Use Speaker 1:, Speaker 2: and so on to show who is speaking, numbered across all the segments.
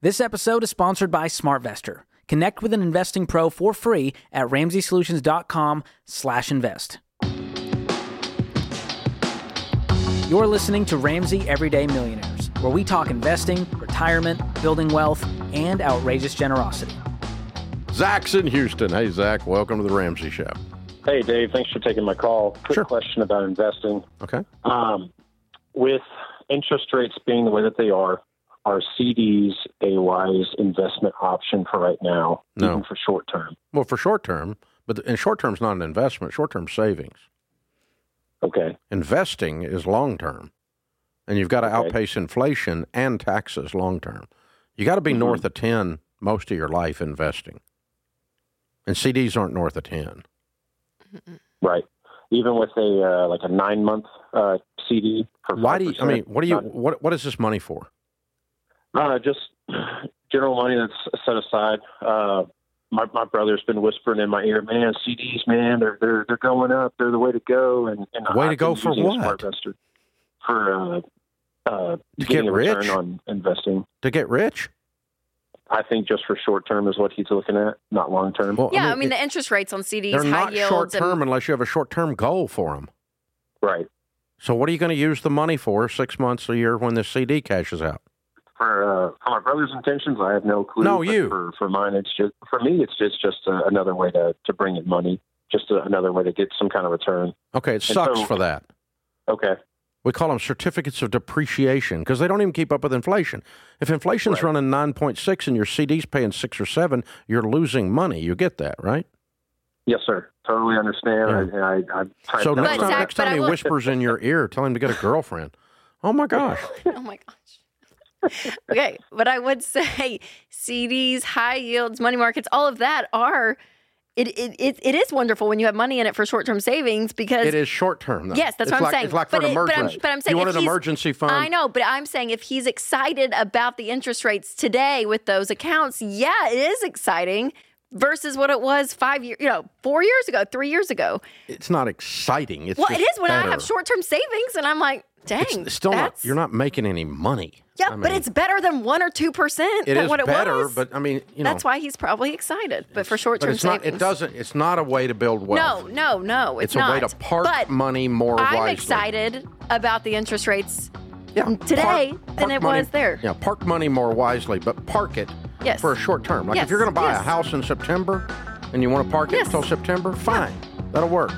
Speaker 1: This episode is sponsored by SmartVestor. Connect with an investing pro for free at ramseysolutions.com slash invest. You're listening to Ramsey Everyday Millionaires, where we talk investing, retirement, building wealth, and outrageous generosity.
Speaker 2: Zach's in Houston. Hey, Zach, welcome to the Ramsey Show.
Speaker 3: Hey, Dave. Thanks for taking my call. Quick
Speaker 2: Sure.
Speaker 3: question about investing.
Speaker 2: Okay.
Speaker 3: Um, with interest rates being the way that they are, are CDs a wise investment option for right now,
Speaker 2: No.
Speaker 3: even for short term?
Speaker 2: Well, for short term, but and short term's not an investment. Short term savings.
Speaker 3: Okay.
Speaker 2: Investing is long term, and you've got to
Speaker 3: Okay.
Speaker 2: outpace inflation and taxes long term. You got to be
Speaker 3: Mhm.
Speaker 2: north of ten most of your life investing, and CDs aren't north of ten.
Speaker 3: Right. Even with a uh, like a nine month uh, CD. For
Speaker 2: Why do you, I
Speaker 3: 5%,
Speaker 2: mean? What do you?
Speaker 3: not-
Speaker 2: What What is this money for?
Speaker 3: Uh, just general money that's set aside. Uh, my, my brother's been whispering in my ear, man, CDs, man, they're they're they're going up. They're the way to go. And, and
Speaker 2: Way to
Speaker 3: I've
Speaker 2: go
Speaker 3: been
Speaker 2: for
Speaker 3: using
Speaker 2: what?
Speaker 3: SmartVestor for uh, uh,
Speaker 2: To
Speaker 3: getting
Speaker 2: get
Speaker 3: a return
Speaker 2: rich?
Speaker 3: on investing.
Speaker 2: To get rich?
Speaker 3: I think just for short term is what he's looking at, not long term.
Speaker 2: Well,
Speaker 4: yeah, I mean,
Speaker 2: it-
Speaker 4: the interest rates on CDs,
Speaker 2: they're
Speaker 4: high
Speaker 2: not short
Speaker 4: yields,
Speaker 2: term
Speaker 4: and
Speaker 2: unless you have a short term goal for them.
Speaker 3: right.
Speaker 2: So what are you going to use the money for six months a year when this CD cashes out?
Speaker 3: For, uh, for my brother's intentions, I have no clue.
Speaker 2: No,
Speaker 3: but
Speaker 2: you.
Speaker 3: For, for mine, it's just for me, it's just just uh, another way to to bring in money, just uh another way to get some kind of return.
Speaker 2: Okay, it
Speaker 3: And
Speaker 2: sucks
Speaker 3: so-
Speaker 2: for that.
Speaker 3: Okay.
Speaker 2: We call them certificates of depreciation because they don't even keep up with inflation. If inflation's
Speaker 3: Right.
Speaker 2: running 9.6 and your CD's paying 6 or 7, you're losing money. You get that, right?
Speaker 3: Yes, sir. Totally understand. I, I, I typed
Speaker 2: so
Speaker 3: that
Speaker 2: next
Speaker 4: But
Speaker 2: time,
Speaker 3: out.
Speaker 4: Zach,
Speaker 2: next
Speaker 4: but
Speaker 2: time
Speaker 4: I
Speaker 2: he
Speaker 4: will-
Speaker 2: whispers in your ear, tell him to get a girlfriend. Oh my gosh.
Speaker 4: oh my gosh. okay, but I would say CDs, high yields, money markets, all of that are it it it, it is wonderful when you have money in it for short term savings because
Speaker 2: It is short term, though.
Speaker 4: Yes, that's
Speaker 2: it's
Speaker 4: what I'm
Speaker 2: like,
Speaker 4: saying.
Speaker 2: It's like for
Speaker 4: But
Speaker 2: an
Speaker 4: it- but I'm-
Speaker 2: emergency.
Speaker 4: but I'm saying
Speaker 2: you
Speaker 4: if
Speaker 2: want an
Speaker 4: he's-
Speaker 2: emergency fund.
Speaker 4: I know, but I'm saying if he's excited about the interest rates today with those accounts, yeah, it is exciting versus what it was five years, you know, four years ago, three years ago.
Speaker 2: It's not exciting. It's
Speaker 4: Well,
Speaker 2: just
Speaker 4: it is when I
Speaker 2: better.
Speaker 4: have short term savings and I'm like, dang,
Speaker 2: It's it's still not.
Speaker 4: that's-
Speaker 2: You're not making any money.
Speaker 4: Yeah,
Speaker 2: I
Speaker 4: but
Speaker 2: mean,
Speaker 4: it's better than one or two percent
Speaker 2: it
Speaker 4: than
Speaker 2: is
Speaker 4: what it
Speaker 2: better.
Speaker 4: was.
Speaker 2: But I mean, you know,
Speaker 4: That's why he's probably excited. But for short
Speaker 2: but
Speaker 4: term
Speaker 2: it's not.
Speaker 4: savings,
Speaker 2: It doesn't. It's not a way to build wealth.
Speaker 4: No, no, no. It's,
Speaker 2: a
Speaker 4: not.
Speaker 2: way to park
Speaker 4: But
Speaker 2: money more
Speaker 4: I'm
Speaker 2: wisely.
Speaker 4: excited about the interest rates
Speaker 2: Yeah,
Speaker 4: today
Speaker 2: park-
Speaker 4: than
Speaker 2: park
Speaker 4: it
Speaker 2: money-
Speaker 4: was there.
Speaker 2: Yeah, park money more wisely, but park it
Speaker 4: Yes.
Speaker 2: for a short term. Like if
Speaker 4: Yes,
Speaker 2: you're going to buy a
Speaker 4: yes.
Speaker 2: house in September and you want to park it
Speaker 4: Yes.
Speaker 2: until September, fine, that'll work.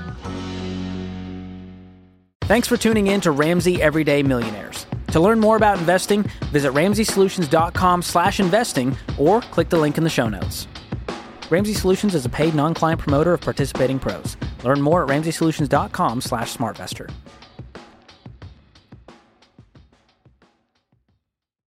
Speaker 1: Thanks for tuning in to Ramsey Everyday Millionaires. To learn more about investing, visit ramseysolutions.com slash investing or click the link in the show notes. Ramsey Solutions is a paid non-client promoter of participating pros. Learn more at ramseysolutions.com slash smartvestor.